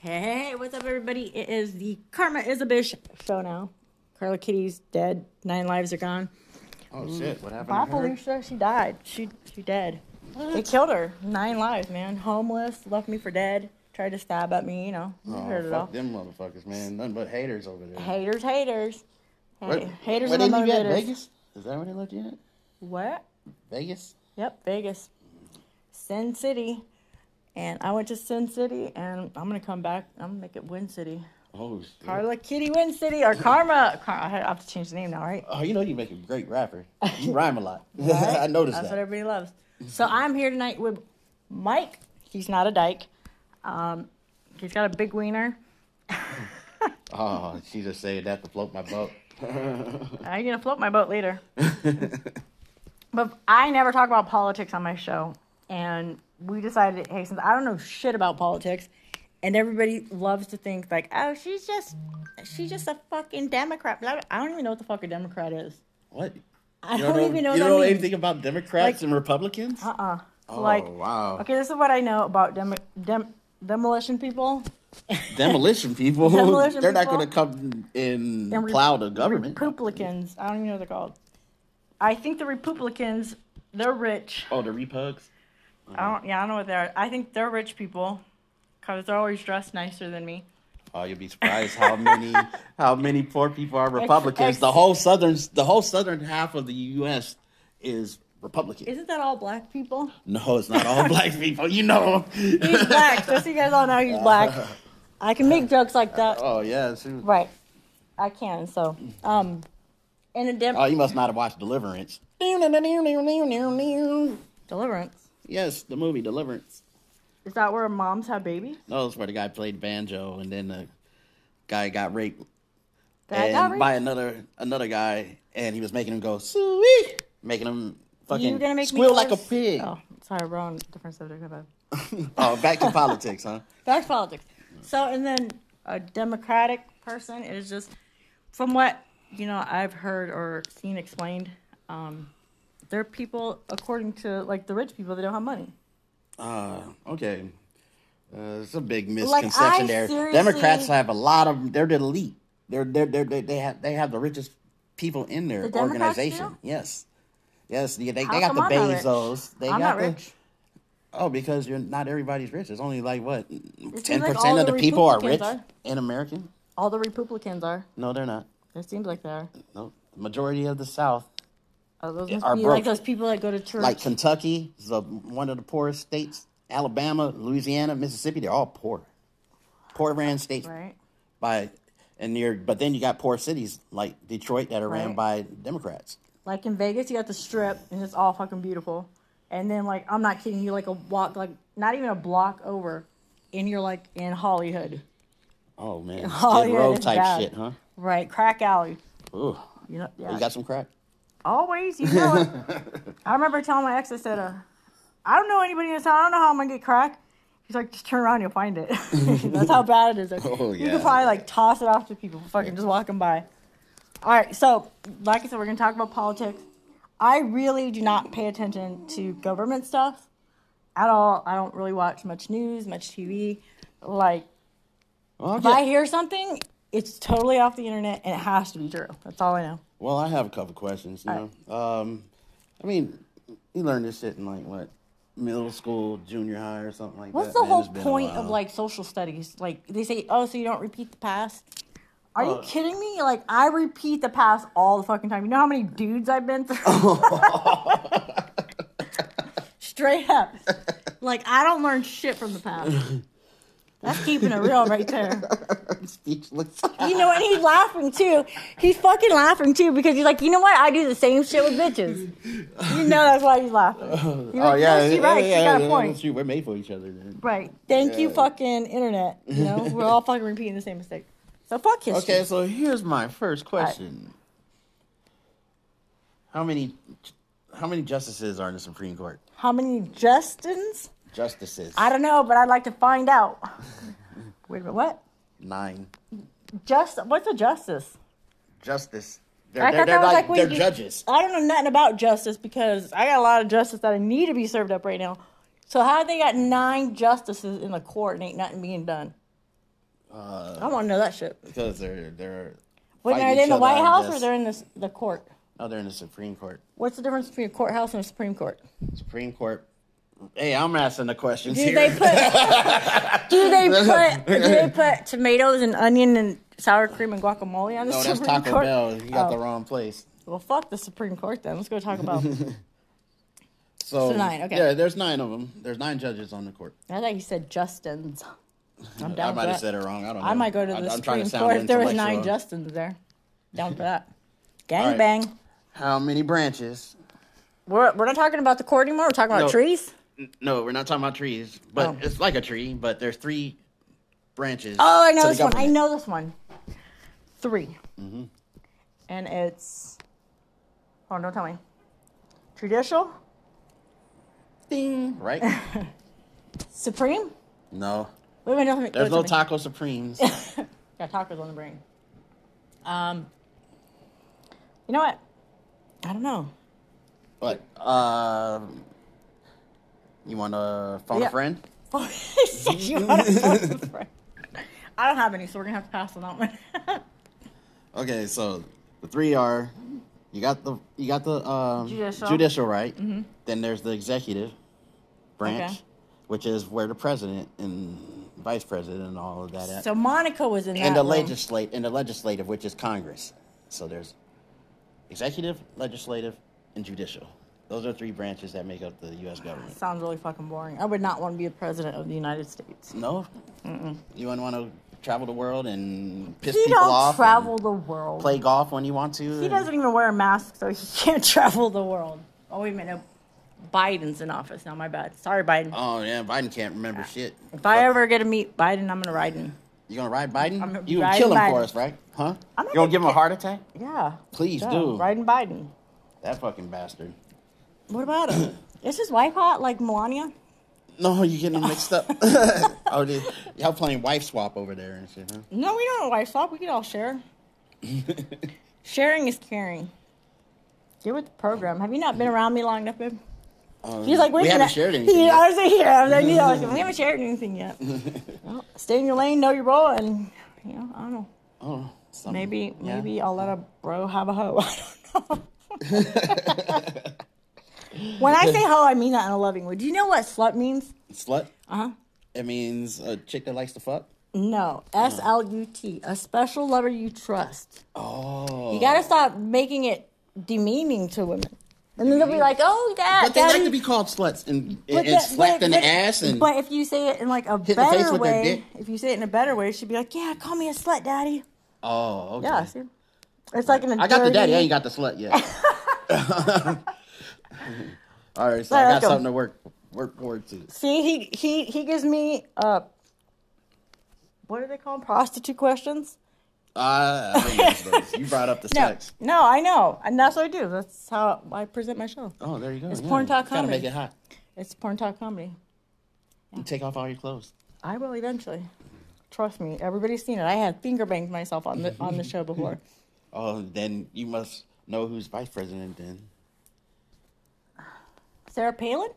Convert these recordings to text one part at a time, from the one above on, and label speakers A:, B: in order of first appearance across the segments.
A: Hey, what's up, everybody? It is the Karma is a Bitch show now. Carla Kitty's dead. Nine lives are gone.
B: Oh shit! What happened to her?
A: Babalusa, she died. She she dead. They killed her. Nine lives, man. Homeless, left me for dead. Tried to stab at me, you know. You heard
B: Oh,
A: it all.
B: fuck them motherfuckers, man. Nothing but haters over there.
A: Haters, haters. Hey,
B: What-
A: haters
B: what
A: and
B: did you get?
A: motivators.
B: Vegas? Is that where they left you at?
A: What?
B: Vegas?
A: Yep, Vegas. Sin City. And I went to Sin City and I'm gonna come back. I'm gonna make it Win City.
B: Oh shit!
A: Carla Kitty Win City or Karma. Car- I have to change the name now, right?
B: Oh, you know you make a great rapper. You rhyme a lot. I noticed
A: That's
B: that.
A: what everybody loves. So I'm here tonight with Mike. He's not a dyke. Um, he's got a big wiener.
B: Oh, she just said that to float my boat.
A: I'm gonna float my boat later. but I never talk about politics on my show, and we decided, hey, since I don't know shit about politics, and everybody loves to think like, oh, she's just, she's just a fucking Democrat. Blah, blah. I don't even know what the fuck a Democrat is.
B: What? You
A: I don't, even know. what
B: You don't know
A: that means.
B: anything about Democrats
A: Like-
B: and Republicans?
A: Uh-uh.
B: Oh,
A: like,
B: wow.
A: okay, this is what I know about dem- dem- demolition people.
B: Demolition people.
A: Demolition
B: They're not
A: people.
B: going to come and
A: And re-
B: plow the government.
A: Republicans. I don't even know what they're called. I think the Republicans, they're rich.
B: Oh, the repugs.
A: I don't, yeah, I don't know what they are. I think they're rich people because they're always dressed nicer than me.
B: Oh, you'll be surprised how many how many poor people are Republicans.
A: ex-
B: the whole southern the whole southern half of the U.S. is Republican.
A: Isn't that all black people?
B: no, it's not all black people. You know.
A: He's black. Just so you guys all know he's black. I can make jokes like that.
B: oh yeah. it's true.
A: Right. I can. So, um, in a dem-
B: Oh, you must not have watched Deliverance.
A: deliverance.
B: Yes, the movie Deliverance.
A: Is that where moms have babies?
B: No, that's where the guy played banjo, and then the guy got raped,
A: Did I
B: and
A: got raped?
B: by another another guy, and he was making him go sweet, making him fucking
A: You're gonna make me
B: squeal like a
A: curse?
B: pig.
A: Oh, sorry, we're on a different subject. My bad.
B: oh, back to politics, huh?
A: That's politics. So, and then a Democratic person is just, from what you know, I've heard or seen explained, um, they're people according to like the rich people that don't have money.
B: Uh, okay. Uh, it's a big
A: Like, I
B: misconception there.
A: seriously-
B: Democrats have a lot of. They're the elite. They're they're, they're they they have they have the richest people in their
A: The Democrats
B: organization.
A: do?
B: Yes, yes. They, they,
A: How
B: they got
A: come
B: the
A: I'm not rich?
B: Bezos. They
A: I'm
B: got
A: not
B: the,
A: rich.
B: Oh, because you're not everybody's rich. It's only like what ten
A: seems like
B: percent
A: all
B: of
A: the
B: the, people are rich
A: Republicans
B: in America.
A: All the Republicans are.
B: No, they're not.
A: It seems like they are.
B: No, the majority of the South,
A: Oh, those must
B: Are
A: be
B: broke.
A: like those people that go to church.
B: like Kentucky, is the, one of the poorest states. Alabama, Louisiana, Mississippi, they're all poor. Poor ran states.
A: right.
B: by and you're but then you got poor cities like Detroit that are ran
A: Right.
B: by Democrats.
A: Like in Vegas, you got the strip, and it's all fucking beautiful. And then, like, I'm not kidding you, like a walk, like not even a block over, and you're like in Hollywood,
B: Oh man,
A: Oh,
B: Skid
A: yeah,
B: Row
A: it's
B: type
A: bad.
B: shit, huh?
A: right? Crack alley.
B: Ooh,
A: You know, yeah.
B: you got some crack.
A: Always, you know it. I remember telling my ex, I said, uh, I don't know anybody in this town. I don't know how I'm going to get crack. He's like, just turn around, you'll find it. That's how bad it is. Like,
B: Oh,
A: You
B: yeah.
A: could probably like toss it off to people fucking just walking by. All right, so like I said, we're going to talk about politics. I really do not pay attention to government stuff at all. I don't really watch much news, much TV. Like,
B: Well,
A: if I hear something, it's totally off the internet and it has to be true. That's all I know.
B: well, I have a couple questions. You know, um, I mean, you learn this shit in like what middle school, junior high, or something like
A: What's
B: that.
A: the
B: man.
A: whole
B: It's been a
A: point of
B: while.
A: like social studies? Like they say, oh, so you don't repeat the past. Are you
B: Uh,
A: kidding me? Like I repeat the past all the fucking time. You know how many dudes I've been through? Straight up. Like I don't learn shit from the past. That's keeping it real right there.
B: I'm speechless?
A: You know, and he's laughing too. He's fucking laughing too because he's like, you know what? I do the same shit with bitches. You know that's why he's laughing. You're
B: oh
A: like,
B: yeah,
A: no, she
B: yeah,
A: right. She
B: yeah,
A: got a
B: yeah,
A: point.
B: shoot, we're made for each other. Then.
A: Right. Thank you, fucking internet. You know, we're all fucking repeating the same mistake. So fuck history.
B: Okay, so here's my first question: How many, how many justices are in the Supreme Court?
A: How many Justins?
B: Justices.
A: I don't know, but I'd like to find out. Wait a minute. What?
B: Nine.
A: Just what's a justice?
B: Justice. They're,
A: I
B: they're,
A: thought that
B: they're,
A: was
B: like,
A: like when
B: they're
A: you-
B: judges.
A: I don't know nothing about justice because I got a lot of justice that I need to be served up right now. So how they got nine justices in the court and ain't nothing being done? I don't want to know that shit.
B: because they're they're.
A: Wait,
B: fighting
A: are they in
B: Uh, each
A: the
B: other,
A: White
B: I
A: House or
B: guess.
A: they're in this, the court?
B: Oh, they're in the Supreme Court.
A: What's the difference between a courthouse and a Supreme Court?
B: Supreme Court. Hey, I'm asking the questions
A: Do
B: here.
A: they put? do they put? Do they put tomatoes and onion and sour cream and guacamole on the
B: no, that's
A: Supreme
B: Taco
A: Court?
B: Bell. You got
A: Oh.
B: the wrong place.
A: Well, fuck the Supreme Court then. Let's go talk about. I
B: So,
A: So nine, okay.
B: Yeah, there's nine of them. There's nine judges on the court.
A: thought you said Justin's. I'm down
B: I
A: for
B: might have
A: that.
B: said it wrong. I don't. know.
A: I might go to the
B: I'm trying
A: Supreme
B: sound
A: Court if there was nine
B: intellectual.
A: Justins there. Down for that. Gang
B: right.
A: bang.
B: How many branches?
A: We're, we're not talking about the court anymore. We're talking about
B: No.
A: trees.
B: N- No, we're not talking about trees, but
A: Oh.
B: it's like a tree, but there's three branches.
A: Oh, I
B: to
A: know
B: the
A: this one. I
B: government.
A: know this one. 3
B: Mm-hmm.
A: And it's. Hold on, don't tell me. Judicial,
B: Ding, right?
A: Supreme.
B: no,
A: Wait, wait, don't,
B: there's no
A: tacos.
B: taco supremes.
A: Got tacos on the brain. Um, you know what? I don't know.
B: but um, you want to phone
A: Yeah.
B: a friend?
A: Said you wanna fuck with friends. I don't have any, so we're gonna have to pass on that one.
B: Okay, so the three are you got the you got the um,
A: Judicial.
B: right? Mm-hmm. Then there's the executive branch,
A: Okay.
B: which is where the president and vice president and all of that. at.
A: so Monica was in that.
B: and the
A: room.
B: legislate and the legislative, which is Congress. So there's executive, legislative, and judicial. Those are three branches that make up the U.S. government.
A: Sounds really fucking boring. I would not want to be a president of the United States.
B: No, you wouldn't want to travel the world and piss
A: He
B: people off.
A: don't
B: and
A: travel the world.
B: play golf when you want to.
A: He doesn't even wear a mask, so he can't travel the world. Oh wait a minute, no. Biden's in office now. My bad. Sorry, Biden.
B: Oh yeah, Biden can't remember shit.
A: if I ever get to meet Biden, I'm gonna ride him.
B: You gonna ride Biden?
A: I'm
B: you gonna
A: riding
B: kill him for
A: Biden.
B: us, right? Huh?
A: I'm
B: You
A: not
B: gonna
A: gonna
B: give him a heart attack?
A: Yeah.
B: Please
A: yeah,
B: do.
A: Riding Biden.
B: That fucking bastard.
A: What about him? Is his wife hot like Melania?
B: No, you getting them mixed up. oh, dude. y'all playing wife swap over there and shit, huh?
A: No, we don't wife swap. We can all share. Sharing is caring. Get with the program. Have you not been around me long enough, babe? He's like, wait
B: Mm. we
A: a
B: haven't
A: minute.
B: shared anything.
A: Yeah,
B: yet.
A: I was like, yeah, I was like, yeah, I was like, we haven't shared anything yet. Well, stay in your lane, know your role, and you know, I don't know.
B: Oh, some-
A: Maybe,
B: yeah.
A: maybe I'll let a bro have a hoe. I don't know. when I say hoe, I mean that in a loving way. Do you know what slut means?
B: slut.
A: Uh huh.
B: It means a chick that likes to fuck.
A: No, S L U T, a special lover you trust.
B: Oh,
A: You gotta stop making it demeaning to women. And then they'll be like, oh, yeah.
B: but they like
A: daddy.
B: to be called sluts and
A: But
B: and,
A: that-
B: slapped
A: but-
B: in the
A: but-
B: ass and
A: But if you say it in like a
B: the face
A: better
B: with their dick.
A: way, if you say it in a better way, she'd be like, yeah, call me a slut, daddy.
B: oh, okay.
A: Yeah, see? It's like an
B: I got the daddy. I ain't got the slut yet. All right, so I
A: Alright,
B: got
A: let's go.
B: something to work work forward to.
A: See, he he he gives me uh, what do they call 'em? Prostitute questions?
B: Uh, I think that's what it is. you brought up the
A: No,
B: sex.
A: no, I know, and that's what I do. That's how I present my show.
B: Oh, there you go. It's
A: porn talk
B: Gotta
A: comedy.
B: make it hot.
A: It's porn talk comedy.
B: You take off all your clothes.
A: I will eventually. Trust me, everybody's seen it. I had finger banged myself on the on the show before.
B: Oh, then you must know who's vice president then.
A: Sarah Palin?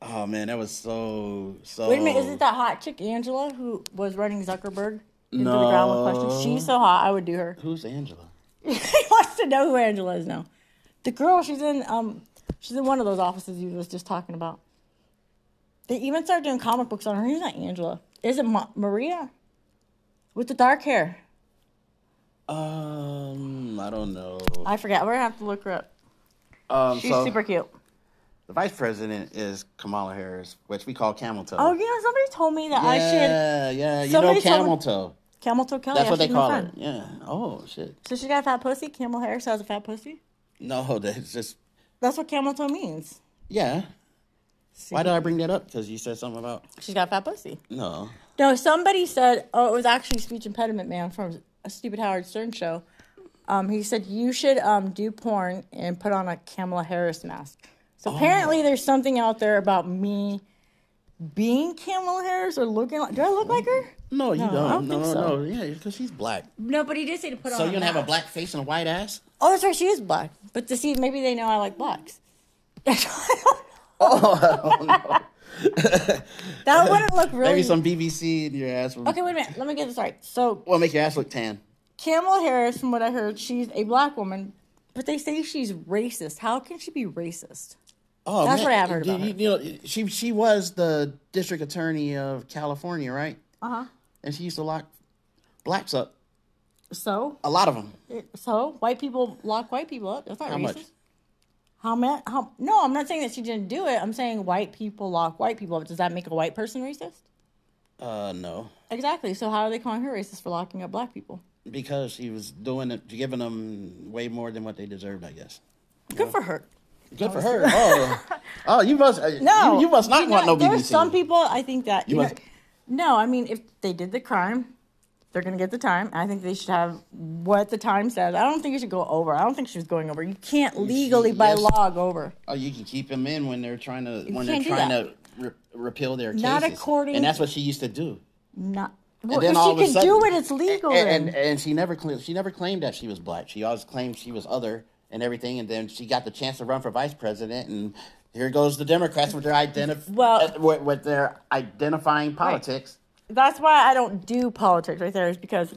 B: Oh man, that was so so.
A: Wait a minute, is it that hot chick Angela who was running Zuckerberg into
B: No.
A: the ground with questions? She's so hot, I would do her.
B: Who's Angela?
A: he wants to know who Angela is now. The girl, she's in um, she's in one of those offices you was just talking about. They even started doing comic books on her. Who's not Angela? Is it Ma- Maria? With the dark hair.
B: Um, I don't know.
A: I forget. We're gonna have to look her up.
B: Um,
A: She's
B: so
A: super cute.
B: the vice president is Kamala Harris, which we call Camel Toe.
A: Oh, you know, somebody told me that I should
B: yeah, yeah. You know
A: Somebody told
B: Camel
A: me-
B: Toe.
A: camel toe Kelly.
B: That's
A: I
B: what they
A: should be my
B: call it.
A: friend.
B: Yeah. Oh shit.
A: So she got a fat pussy. Camel Harris has a fat pussy.
B: No, that's just
A: That's what camel toe means.
B: yeah. Why did I bring that up? Because you said something about
A: She's got a fat pussy.
B: no.
A: No, somebody said, oh, it was actually speech impediment man from a stupid Howard Stern show. Um, he said you should um, do porn and put on a Kamala Harris mask.
B: Oh.
A: So apparently, there's something out there about me being Kamala Harris or looking. like Do I look like her?
B: No, you
A: No, I
B: don't.
A: don't
B: no,
A: think
B: no,
A: so.
B: no. Yeah, because she's black.
A: No, but he did say to put
B: So you're gonna have a black face and a white ass?
A: Oh, that's right. She is black. But to see, maybe they know I like blacks. I don't know.
B: Oh, I don't know.
A: That wouldn't look really.
B: Maybe some BBC in your ass. Will,
A: Okay, wait a minute. Let me get this right. So,
B: Well, make your ass look tan.
A: Kamala Harris, from what I heard, she's a black woman, but they say she's racist. How can she be racist?
B: Oh,
A: That's
B: man.
A: what I've heard
B: You-
A: about
B: you, you know, she she was the district attorney of California, right?
A: Uh huh.
B: And she used to lock blacks up,
A: So,
B: a lot of them.
A: so white people lock white people up. That's not
B: How
A: racist.
B: much?
A: How ma- How? No, I'm not saying that she didn't do it. I'm saying white people lock white people up. Does that make a white person racist?
B: Uh, no,
A: Exactly. So how are they calling her racist for locking up black people?
B: because she was doing it, giving them way more than what they deserved, I guess.
A: Good for her.
B: Good for her. Oh, oh, you must.
A: No,
B: No, you, you must not
A: you
B: want
A: know,
B: no BBC.
A: There's some people I think that you,
B: You
A: know,
B: must-
A: No, I mean if they did the crime, they're gonna get the time. I think they should have what the time says. I don't think it should go over. I don't think she was going over. You can't legally by
B: yes.
A: law go over.
B: Oh, you can keep them in when they're trying to when they're
A: can't do
B: trying
A: that.
B: to re- repeal their cases.
A: Not according-
B: and that's what she used to do.
A: Not well,
B: And
A: if
B: then all
A: she
B: of
A: can
B: a sudden,
A: do it, it's legal.
B: And,
A: then.
B: and and she never claimed she never claimed that she was black. She always claimed she was other and everything. And then she got the chance to run for vice president. And here goes the Democrats with their identif-
A: Well-
B: uh, with, with their identifying politics.
A: That's why I don't do politics right there, is because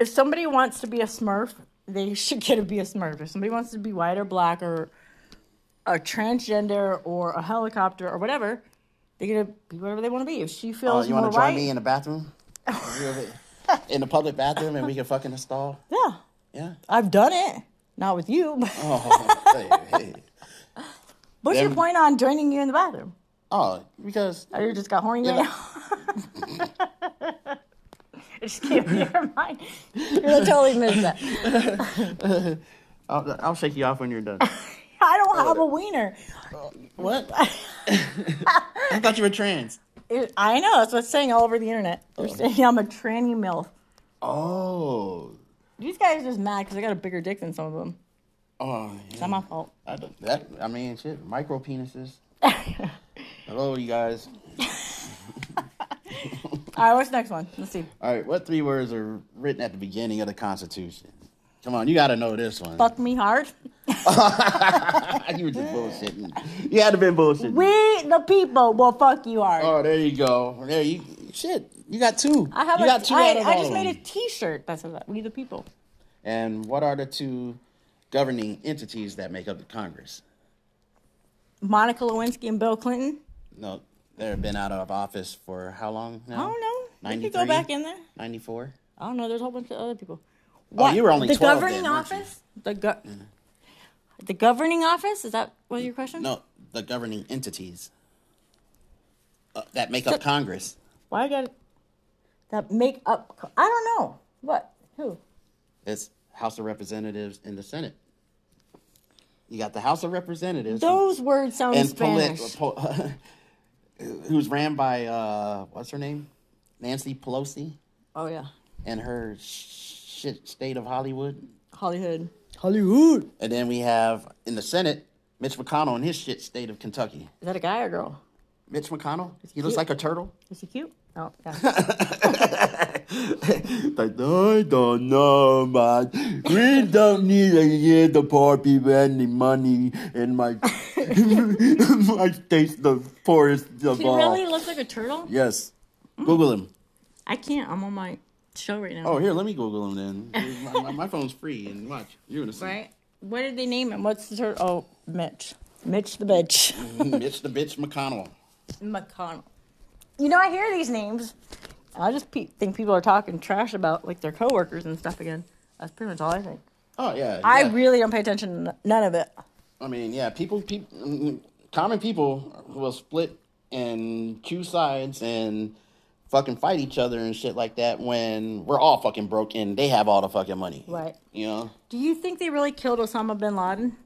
A: if somebody wants to be a smurf, they should get to be a smurf. If somebody wants to be white or black or a transgender or a helicopter or whatever, they get to be whatever they want to be. If she
B: Oh,
A: feels
B: you
A: more
B: want to
A: right,
B: join me in the bathroom? You ever- in the public bathroom, and we can fucking install.
A: yeah,
B: Yeah.
A: I've done it. Not with you. But
B: Oh, hey, hey.
A: what's your
B: them-
A: point on joining you in the bathroom?
B: oh, because
A: Oh, you just got horny
B: Yeah.
A: right now. I just can't never mind. You totally missed that.
B: I'll, I'll shake you off when you're done.
A: I don't have a wiener.
B: What? I thought you were trans.
A: It, I know. That's what's saying all over the internet. They're saying I'm a tranny milf.
B: Oh.
A: These guys are just mad because I got a bigger dick than some of them.
B: Oh.
A: It's
B: yeah.
A: not my fault.
B: I, don't- that, I mean, shit. Micro penises. Hello, you guys.
A: All right, what's the next one? Let's see.
B: All right, what three words are written at the beginning of the Constitution? Come on, you got to know this one.
A: Fuck me hard.
B: you were just bullshitting. You had to been bullshitting.
A: We the people will fuck you hard.
B: oh, there you go. There you. Shit, you got two.
A: I have
B: you
A: a,
B: got two
A: I-
B: out of
A: I
B: all
A: just
B: of
A: made a
B: them.
A: T-shirt that says that. We the people.
B: And what are the two governing entities that make up the Congress?
A: Monica Lewinsky and Bill Clinton.
B: No, they've been out of office for how long now?
A: I don't know. We could
B: 93?
A: go back in there.
B: 94?
A: I don't know. There's a whole bunch of other people. Oh,
B: you were only
A: the
B: 12
A: governing
B: then, weren't you?
A: office. The go- the governing office is that was your question?
B: No, the governing entities uh, that make up Congress.
A: Why got that make up? I don't know. What? Who?
B: It's House of Representatives and the Senate. You got the House of Representatives
A: Those words sound
B: and
A: Spanish.
B: Poli- po- who's ran by uh, what's her name, Nancy Pelosi,
A: oh yeah,
B: and her shit state of Hollywood.
A: Hollywood.
B: Hollywood. And then we have in the Senate Mitch McConnell and his shit state of Kentucky.
A: Is that a guy or girl?
B: Mitch McConnell. He looks
A: cute.
B: like a turtle.
A: Is he cute? Oh yeah.
B: Like, I don't know, man. We don't need to give the poor people any money in my my state's the poorest of
A: he
B: all.
A: really looks like a turtle.
B: Yes. Google him.
A: I can't. I'm on my show right now.
B: Oh, here, let me Google him then. my, my, my phone's free, and watch. You're gonna see.
A: Right. What did they name him? What's the turtle? Oh, Mitch. Mitch the bitch.
B: Mitch the bitch McConnell. Mm.
A: McConnell. You know, I hear these names. I just pe- think people are talking trash about like their coworkers and stuff again. That's pretty much all I think.
B: Oh yeah.
A: I
B: yeah.
A: really don't pay attention to n- none of it.
B: I mean, yeah, people, people, common people will split and choose sides and fucking fight each other and shit like that when we're all fucking broke and they have all the fucking money.
A: Right.
B: You know?
A: Do you think they really killed Osama bin Laden?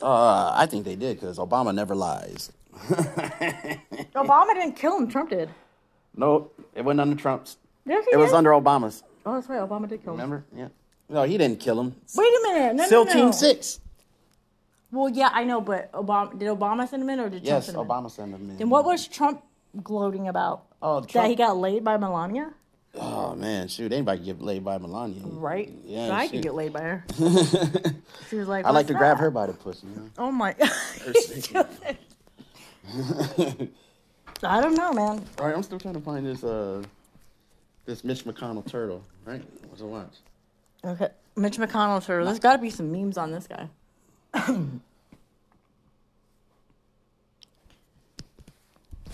B: Uh, I think they did because Obama never lies.
A: Obama didn't kill him. Trump did.
B: No, it wasn't under Trump's.
A: Yes, he
B: It was
A: did.
B: under Obama's.
A: oh, that's right. Obama did kill him.
B: Remember? Yeah. No, he didn't kill him.
A: Wait a minute. No,
B: Still
A: no, no.
B: Team Six.
A: Well, yeah, I know, but Obama did Obama send him in or did Trump
B: Yes,
A: send him in?
B: Obama sent him in.
A: And what was Trump gloating about?
B: Oh,
A: That
B: Trump-
A: he got laid by Melania,
B: Oh man, shoot! Anybody get laid by Melania?
A: right?
B: Yeah,
A: But I could
B: shit.
A: get laid by her. she was like,
B: I like
A: "What's Oh
B: to grab
A: that?"
B: her by the pussy. You know?
A: Oh my!
B: Or-
A: I don't know, man.
B: All right, I'm still trying to find this uh this Mitch McConnell turtle. Right, what's it watch?
A: Okay, Mitch McConnell turtle. There's got to be some memes on this guy.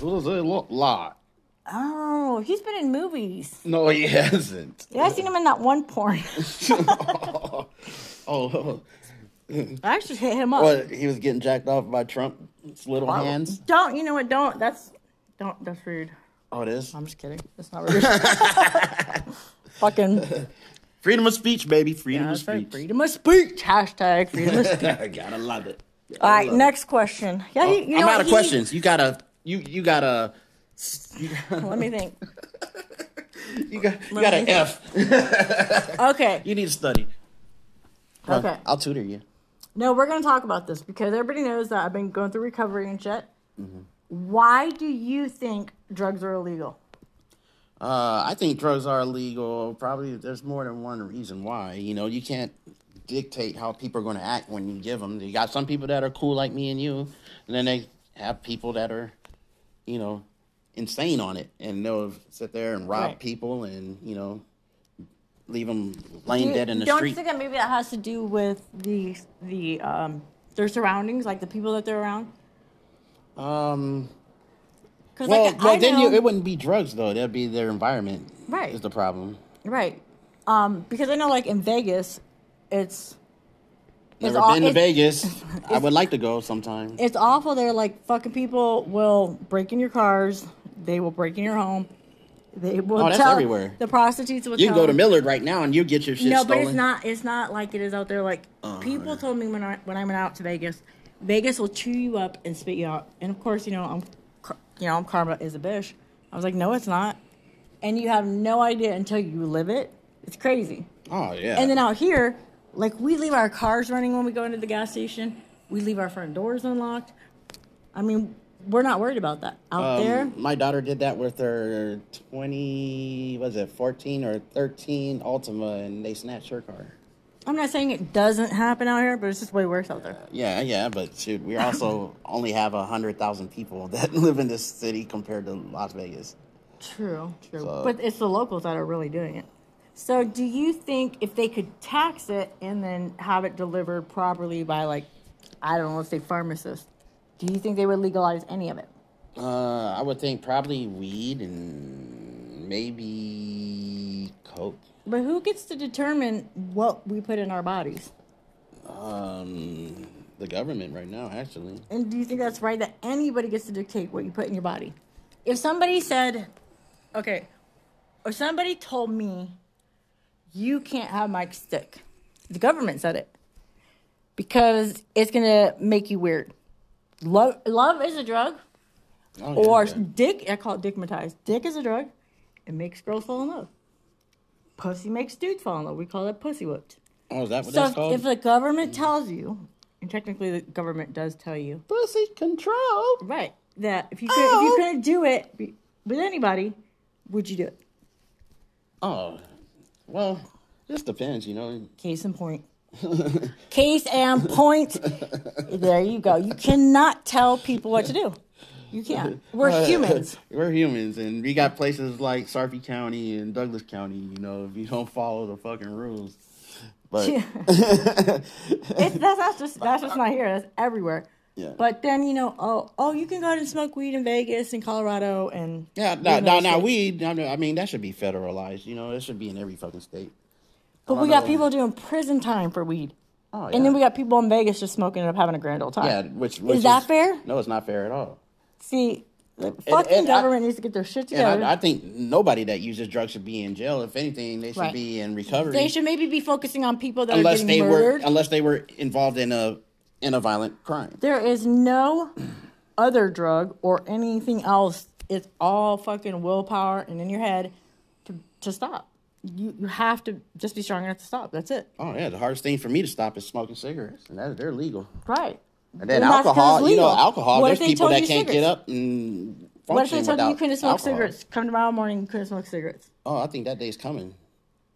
B: What does it look like?
A: Oh, he's been in movies.
B: No, he hasn't.
A: Yeah, I seen him in that one porn.
B: oh, oh,
A: I should hit him up.
B: what? He was getting jacked off by Trump's little
A: Wow.
B: hands.
A: Don't. You know what? Don't. That's. Don't. That's rude.
B: Oh, it is.
A: I'm just kidding. That's not rude. Fucking.
B: Freedom of speech, baby. Freedom of
A: That's right.
B: speech.
A: Freedom of speech. Hashtag freedom of speech.
B: Gotta love it.
A: All right, next question. Yeah, he, you know
B: I'm out
A: what?
B: of
A: He-
B: questions. You gotta. You you gotta.
A: Let me think.
B: You got. You
A: Let
B: got
A: me
B: an
A: think.
B: F.
A: Okay.
B: You need to study. Come on,
A: Okay.
B: I'll tutor you.
A: No, we're going to talk about this because everybody knows that I've been going through recovery and shit.
B: Mm-hmm.
A: Why do you think drugs are illegal?
B: Uh, I think drugs are illegal. Probably there's more than one reason why. You know, you can't dictate how people are going to act when you give them. You got some people that are cool like me and you, and then they have people that are, you know, insane on it, and they'll sit there and rob
A: Right.
B: people and you know, leave them laying
A: Do-
B: dead in the
A: don't
B: street.
A: you think that maybe that has to do with the the um their surroundings, like the people that they're around?
B: um.
A: Because
B: Well,
A: like,
B: well,
A: I
B: then
A: know,
B: you, it wouldn't be drugs though. That'd be their environment.
A: Right.
B: Is the problem.
A: right? Um, because I know, like in Vegas, it's
B: Never
A: all-
B: been to
A: it's-
B: Vegas. I would like to go sometime.
A: it's awful there. Like fucking people will break in your cars. They will break in your home. They will
B: Oh, that's
A: tell
B: everywhere.
A: the prostitutes will
B: You
A: tell
B: can go to
A: them-
B: Millard right now and you get your shit
A: No,
B: stolen. Oh,
A: but it's not. It's not like it is out there. Like people told me when I when I went out to Vegas, Vegas will chew you up and spit you out. And of course, you know I'm, car- you know I'm karma is a bitch. I was like, no, it's not. And you have no idea until you live it. It's crazy.
B: Oh yeah.
A: And then out here, like we leave our cars running when we go into the gas station. We leave our front doors unlocked. I mean, we're not worried about that out there.
B: Um, my daughter did that with her twenty was it fourteen or thirteen Ultima and they snatched her car.
A: I'm not saying it doesn't happen out here, but it's just way worse out there.
B: Yeah, yeah, but shoot, we also only have a hundred thousand people that live in this city compared to Las Vegas.
A: True, true.
B: So-
A: but it's the locals that are really doing it. So, do you think if they could tax it and then have it delivered properly by, like, I don't know, let's say pharmacists, do you think they would legalize any of it?
B: Uh, I would think probably weed and maybe coke.
A: But who gets to determine what we put in our bodies?
B: Um, the government right now, actually.
A: And do you think that's right that anybody gets to dictate what you put in your body? If somebody said, okay, or somebody told me, you can't have my stick, the government said it because it's gonna make you weird. Love, love is a drug,
B: Oh, yeah,
A: or
B: okay.
A: dick. I call it dickmatized. Dick is a drug. It makes girls fall in love. Pussy makes dudes fall in love. We call that pussy whipped.
B: oh, is that what
A: So
B: that's
A: if,
B: called?
A: if the government tells you, and technically the government does tell you,
B: Pussy control.
A: Right. That if you could, if you
B: Oh.
A: couldn't do it be- with anybody, would you do it?
B: Oh, well, just depends, you know.
A: Case in point. Case and point. There you go. You cannot tell people what to do. You can't. We're humans.
B: Uh, We're humans, and we got places like Sarpy County and Douglas County. You know, if you don't follow the fucking rules, but
A: Yeah. It's, that's not just that's just not here. That's everywhere.
B: Yeah.
A: But then you know, oh, oh, you can go out and smoke weed in Vegas and Colorado and
B: yeah, no, no, no,
A: state.
B: weed. I mean- I mean, that should be federalized. You know, it should be in every fucking state.
A: But we
B: I
A: got
B: know.
A: people doing prison time for weed,
B: Oh, yeah.
A: and then we got people in Vegas just smoking it up, having a grand old time.
B: yeah, which, which
A: Uh, that fair?
B: No, it's not fair at all.
A: See, the fucking
B: and I-
A: government needs to get their shit together.
B: And I, I think nobody that uses drugs should be in jail. If anything, they should
A: Right.
B: be in recovery.
A: they should maybe be focusing on people that
B: unless
A: are
B: they
A: getting
B: were
A: murdered.
B: unless they were involved in a in a violent crime.
A: there is no other drug or anything else. It's all fucking willpower and in your head to, to stop. You you have to just be strong enough to stop. That's it.
B: Oh yeah, the hardest thing for me to stop is smoking cigarettes, and that, they're legal.
A: Right.
B: And then
A: And that's 'cause
B: alcohol,
A: it's
B: you know,
A: legal.
B: alcohol.
A: What if
B: there's
A: they
B: people
A: told
B: that
A: you
B: can't get
A: cigarettes?
B: up and function
A: What if they told you
B: without
A: you couldn't smoke
B: alcohol.
A: cigarettes? Come tomorrow morning, you couldn't smoke cigarettes.
B: Oh, I think that day's coming.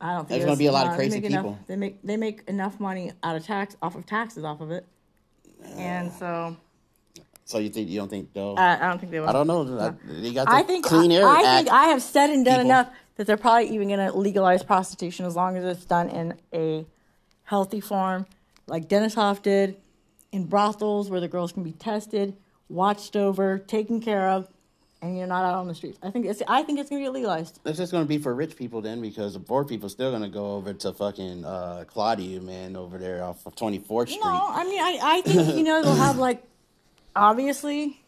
A: I don't think
B: There's gonna be a lot of
A: no,
B: crazy
A: they make enough-
B: people.
A: they make they make enough money out of tax off of taxes off of it, and so
B: So you think you don't think they'll?
A: I, I don't think they will.
B: I don't know. I, they got the
A: Uh, I think
B: Clean Air
A: I, I
B: Act.
A: think I have said and done
B: people.
A: enough that they're probably even going to legalize prostitution as long as it's done in a healthy form, like Denisoff did, in brothels where the girls can be tested, watched over, taken care of, and you're not out on the streets. I think it's I think it's going to get legalized.
B: That's just gonna be for rich people then, because the poor people still gonna go over to fucking uh, Claudia man over there off of Twenty Fourth Street.
A: No, I mean I, I think you know they'll have like obviously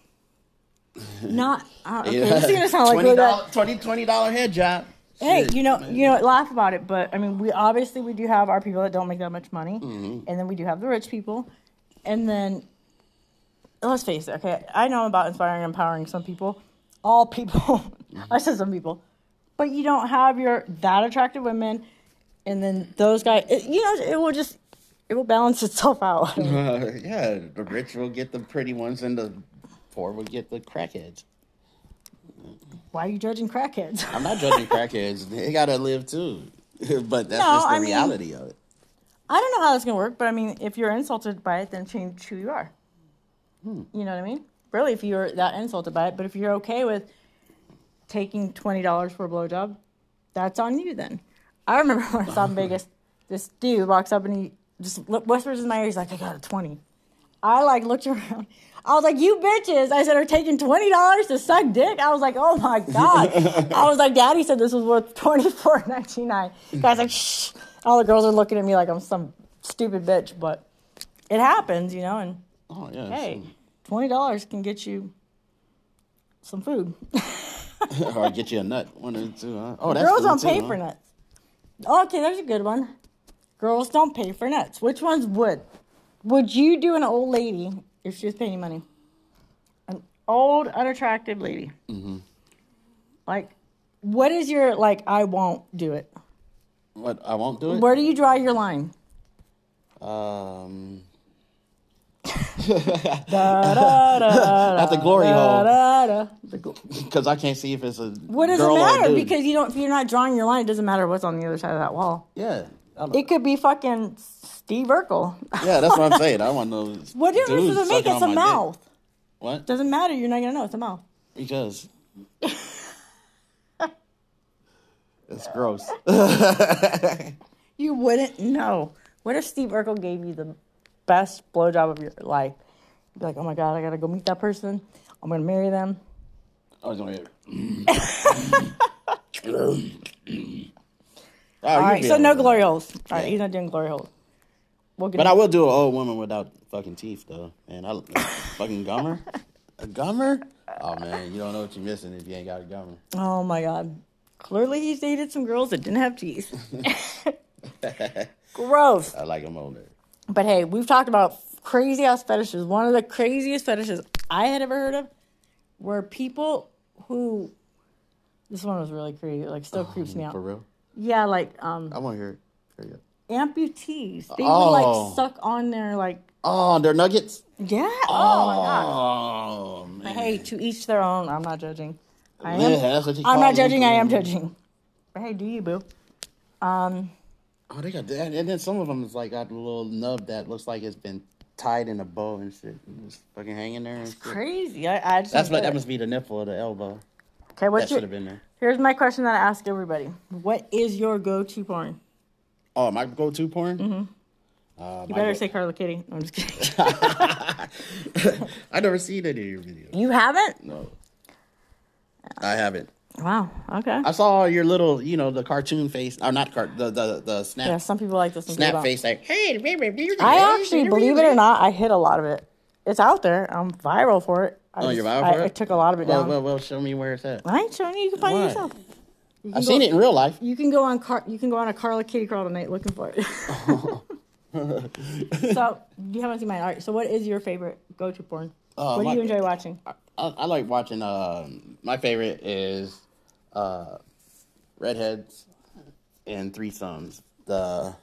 A: not uh, okay. This is going to sound like
B: twenty
A: we're that-
B: dollar twenty twenty dollar head job.
A: Hey,
B: Shit,
A: you know,
B: man.
A: you know, laugh about it, but I mean, we obviously we do have our people that don't make that much money, and then we do have the rich people, and then let's face it. Okay, I know about inspiring and empowering some people, all people. I said some people, but you don't have your that attractive women, and then those guys. It, you know, it will just it will balance itself out.
B: Uh, yeah, the rich will get the pretty ones, and the poor will get the crackheads.
A: Why are you judging crackheads?
B: I'm not judging crackheads; they gotta live too. but
A: No,
B: that's just the
A: I mean-
B: reality of it.
A: I don't know how that's gonna work, but I mean, if you're insulted by it, then change who you are. You know what I mean? Really, if you're that insulted by it, but if you're okay with taking twenty dollars for a blowjob, that's on you then. I remember when I was out in Vegas, this dude walks up and he just li- whispers in my ear, he's like, "I got a 20. I like looked around. I was like, "You bitches!" I said, "Are taking twenty dollars to suck dick?" I was like, "Oh my god!" I was like, "Daddy said this was worth twenty four ninety nine. Guys, like, shh. All the girls are looking at me like I'm some stupid bitch, but it happens, you know. And
B: Oh yeah.
A: hey, twenty dollars can get you some food.
B: or get you a nut. One or two. Huh? Oh, that's
A: Girls
B: cool,
A: don't
B: too,
A: pay
B: huh?
A: for nuts. Oh, Okay, there's a good one. Girls don't pay for nuts. Which ones would? Would you do an old lady if she was paying you money? An old, unattractive lady. Mm-hmm. Like, what is your like? I won't do it.
B: What? I won't do it.
A: Where do you draw your line?
B: Um,
A: Da, da, da,
B: at the glory
A: da,
B: hole,
A: da, da. The gl-
B: because I can't see if it's a
A: What does it
B: girl or a
A: matter?
B: dude.
A: Because you don't. If you're not drawing your line, it doesn't matter what's on the other side of that wall.
B: yeah, I don't-
A: It could be fucking Steve Urkel.
B: yeah, that's what I'm saying. I want to know.
A: What difference
B: dudes
A: does it make?
B: sucking
A: It's a
B: on my dick.
A: mouth.
B: What?
A: Doesn't matter. You're not gonna know. It's a mouth.
B: Because it's gross.
A: You wouldn't know. What if Steve Urkel gave you the best blowjob of your life? You'd be like, oh my god, I gotta go meet that person. I'm gonna marry them.
B: I was going All Oh,
A: All right. So no glory holes. All right. He's not doing glory holes. We'll get.
B: But I will do an old woman without fucking teeth, though. Man, I fucking gummer, a gummer. Oh man, you don't know what you're missing if you ain't got a gummer.
A: oh my god. Clearly, he's dated some girls that didn't have teeth. Gross.
B: I like them older.
A: But hey, we've talked about crazy ass fetishes. One of the craziest fetishes I had ever heard of were people who. This one was really crazy. Like, still creeps me out.
B: Oh, For real,
A: Yeah, like um,
B: I want to hear it. Here you go.
A: amputees. They
B: Oh.
A: would like suck on their like.
B: Oh, they're nuggets.
A: Yeah. Oh, my god.
B: Oh man,
A: Hey, to each their own. I'm not judging. I am.
B: Yeah, Oh, that's what you
A: I'm
B: call
A: not
B: it.
A: judging. I am judging. But hey, do you boo?
B: Oh, they got that, and then some of them is like got a little nub that looks like it's been tied in a bow and shit, and just fucking hanging there. And shit.
A: Crazy. I, I just.
B: That's what
A: don't
B: that
A: get it.
B: must be the nipple or the elbow.
A: Okay,
B: That
A: what's
B: should
A: your,
B: have been there.
A: here's my question that I ask everybody. What is your go-to porn?
B: Oh, my go-to porn. Mm-hmm. Uh,
A: You
B: my
A: better
B: go-
A: say Carla Kitty. I'm just kidding.
B: I never seen any of your videos.
A: You haven't?
B: No, I haven't.
A: Wow. Okay.
B: I saw your little, you know, the cartoon face, or not cart, the the the snap
A: Yeah, some people like this. Some people
B: snap
A: don't.
B: face. Like, hey,
A: I actually, believe it or not, I hit a lot of it. It's out there. I'm viral for it. I
B: Oh,
A: just-
B: you're viral
A: I,
B: for it?
A: I took a lot of it
B: Well,
A: down.
B: well, well, show me where it's at.
A: I ain't showing you. You can find it
B: Why?
A: yourself.
B: I've seen it in real life.
A: You can go on car. You can go on a Carla Kitty crawl tonight looking for it. so you haven't seen mine. All right. So what is your favorite go-to porn?
B: Uh,
A: what
B: my-
A: do you enjoy watching?
B: I, I like watching. Um, my favorite is uh, redheads and threesomes. The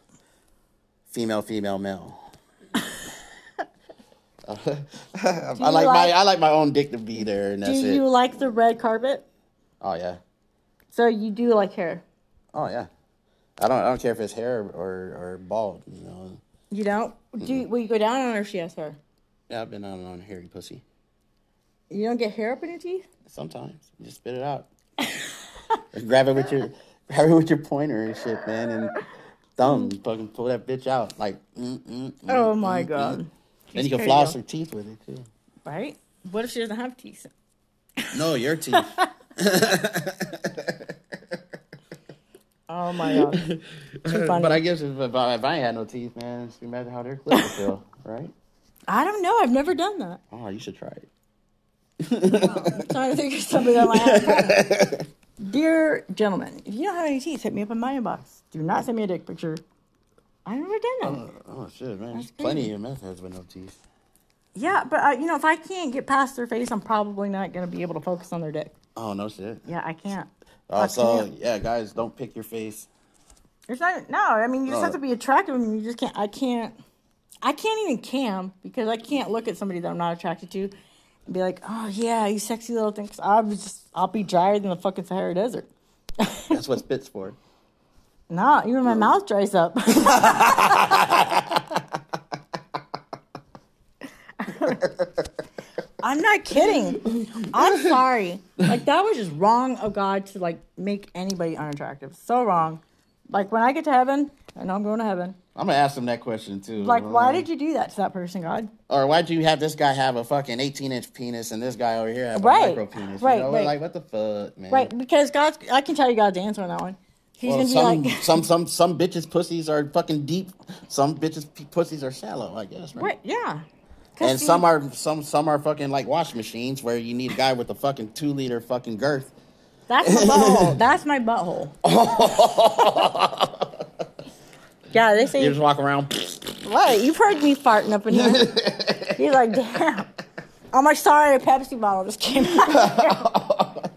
B: female, female, male. I like, my
A: like-
B: I like my own dick to be there, and
A: Do
B: that's
A: you
B: it.
A: like the red carpet?
B: Oh yeah,
A: So you do like hair.
B: oh yeah. I don't I don't care if it's hair or or bald. You know,
A: You don't. Do you, will you go down on her if she has hair?
B: yeah, I've been on on hairy pussy.
A: You don't get hair up in your teeth?
B: Sometimes you just spit it out. Or grab it with your grab it with your pointer and shit, man, and thumb
A: Mm-hmm.
B: fucking pull that bitch out like. Mm, mm, mm.
A: Oh my god.
B: Then you
A: She's
B: can
A: crazy.
B: floss your teeth with it too.
A: Right? What if she doesn't have teeth?
B: No, your teeth.
A: Oh my god. Too funny.
B: but I guess if, if, I, if I ain't had no teeth, man, just imagine how their clips would feel, right?
A: I don't know. I've never done that.
B: Oh, you should try it.
A: I'm trying to think of something that might happen. Dear gentlemen, if you don't have any teeth, hit me up in my inbox. Do not send me a dick picture. I've never done that.
B: Oh shit, man! There's plenty of meth heads with no teeth.
A: yeah, but uh, you know, if I can't get past their face, I'm probably not going to be able to focus on their dick.
B: Oh no shit.
A: Yeah, I can't.
B: Oh,
A: I
B: so
A: can't.
B: yeah, guys, don't pick your face.
A: It's not no. I mean, you just
B: No.
A: have to be attractive, and you just can't. I can't. I can't even cam because I can't look at somebody that I'm not attracted to and be like, "Oh yeah, you sexy little thing." 'cause I'll be just, I'll be drier than the fucking Sahara Desert.
B: That's what spits for.
A: Nah, even my mouth dries up. I'm not kidding. I'm sorry. Like that was just wrong of God to like make anybody unattractive. So wrong. Like when I get to heaven, I know I'm going to heaven.
B: I'm gonna ask them that question too.
A: Like why did you do that to that person, God?
B: or why do you have this guy have a fucking 18 inch penis and this guy over here have
A: Right.
B: a micro penis?
A: Right,
B: you know? We're
A: right.
B: Like what the fuck, man?
A: Right, because God's I can tell you God's answer on that one. He's
B: Well,
A: gonna
B: some,
A: be like
B: some some some bitches pussies are fucking deep. Some bitches p- pussies are shallow, I guess. Right.
A: Right, yeah. 'Cause
B: And
A: see-
B: some are some some are fucking like wash machines where you need a guy with a fucking two liter fucking girth.
A: That's my butthole. That's my butthole. yeah, they
B: You
A: say
B: just walk around.
A: what? You've heard me farting up in here. He's like, damn. I'm like, sorry, a Pepsi bottle just came out.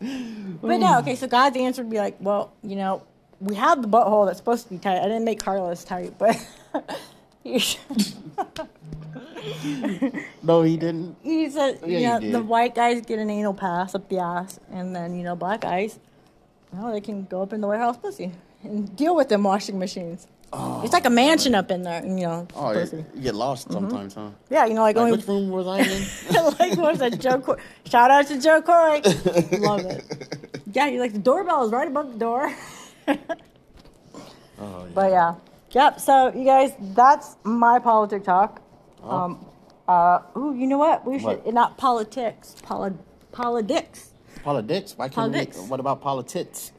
A: but no, okay. So God's answer would be like, well, you know, we have the butthole that's supposed to be tight. I didn't make Carlos tight, but you should-
B: no, he didn't.
A: he said,
B: Oh, Yeah,
A: you know,
B: you
A: the
B: did.
A: white guys get an anal pass up the ass, and then you know, black guys, no, they can go up in the White House pussy and deal with them washing machines. it's like a mansion up in there, you know,
B: Oh,
A: pussy. Mm-hmm.
B: you, you get lost sometimes, huh?
A: Yeah, you know, like,
B: Like,
A: only
B: which room was I in?
A: like what's that Joe? Cor- Shout out to Joe Corey. Love it. Yeah, you like the doorbell is right above the door.
B: oh, yeah.
A: But yeah, yep. So you guys, that's my politic talk. Um, uh, ooh, you know what? We should eh,
B: What?
A: not politics, poli- politics.
B: politics. Why can't
A: Politics.
B: we? What about politics?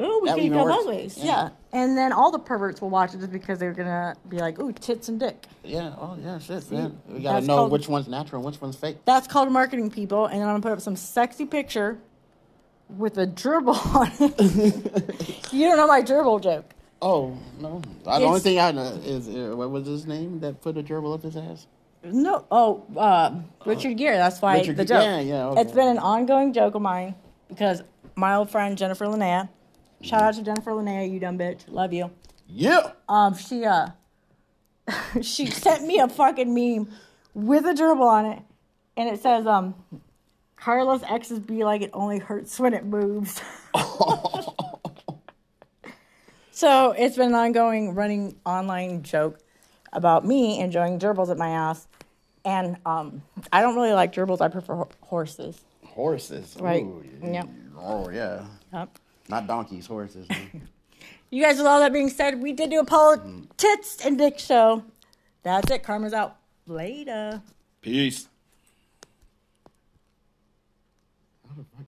A: Ooh, we
B: That
A: can
B: even
A: go
B: works.
A: both ways. Yeah.
B: Yeah.
A: and then all the perverts will watch it just because they're gonna be like, ooh, tits and dick.
B: Yeah. Oh, yeah. Shit, man. We gotta
A: that's
B: know
A: called-
B: which one's natural, and which one's fake.
A: That's called marketing, people. And then I'm gonna put up some sexy picture with a gerbil on it. you don't know my gerbil joke.
B: Oh no! I, the only
A: It's-
B: thing I know is uh, what was his name that put a gerbil up his ass?
A: No, oh, uh, Richard Gere. That's why
B: Richard
A: the
B: Gere,
A: joke.
B: yeah, yeah, okay.
A: It's been an ongoing joke of mine because my old friend Jennifer Linnea. Shout out to Jennifer Linnea, you dumb bitch. Love you.
B: Yeah.
A: Um, she uh, she sent me a fucking meme with a gerbil on it, and it says um, Carlos X's be like it only hurts when it moves. Uh, so it's been an ongoing running online joke about me enjoying gerbils at my ass, and um, I don't really like gerbils. I prefer ho- horses.
B: Horses.
A: Right.
B: Ooh,
A: Yep.
B: Oh yeah.
A: Yep.
B: Not donkeys, horses. man.
A: You guys, with all that being said, we did do a Paul Tits and Dick show. That's it. Karma's out. Later.
B: Peace.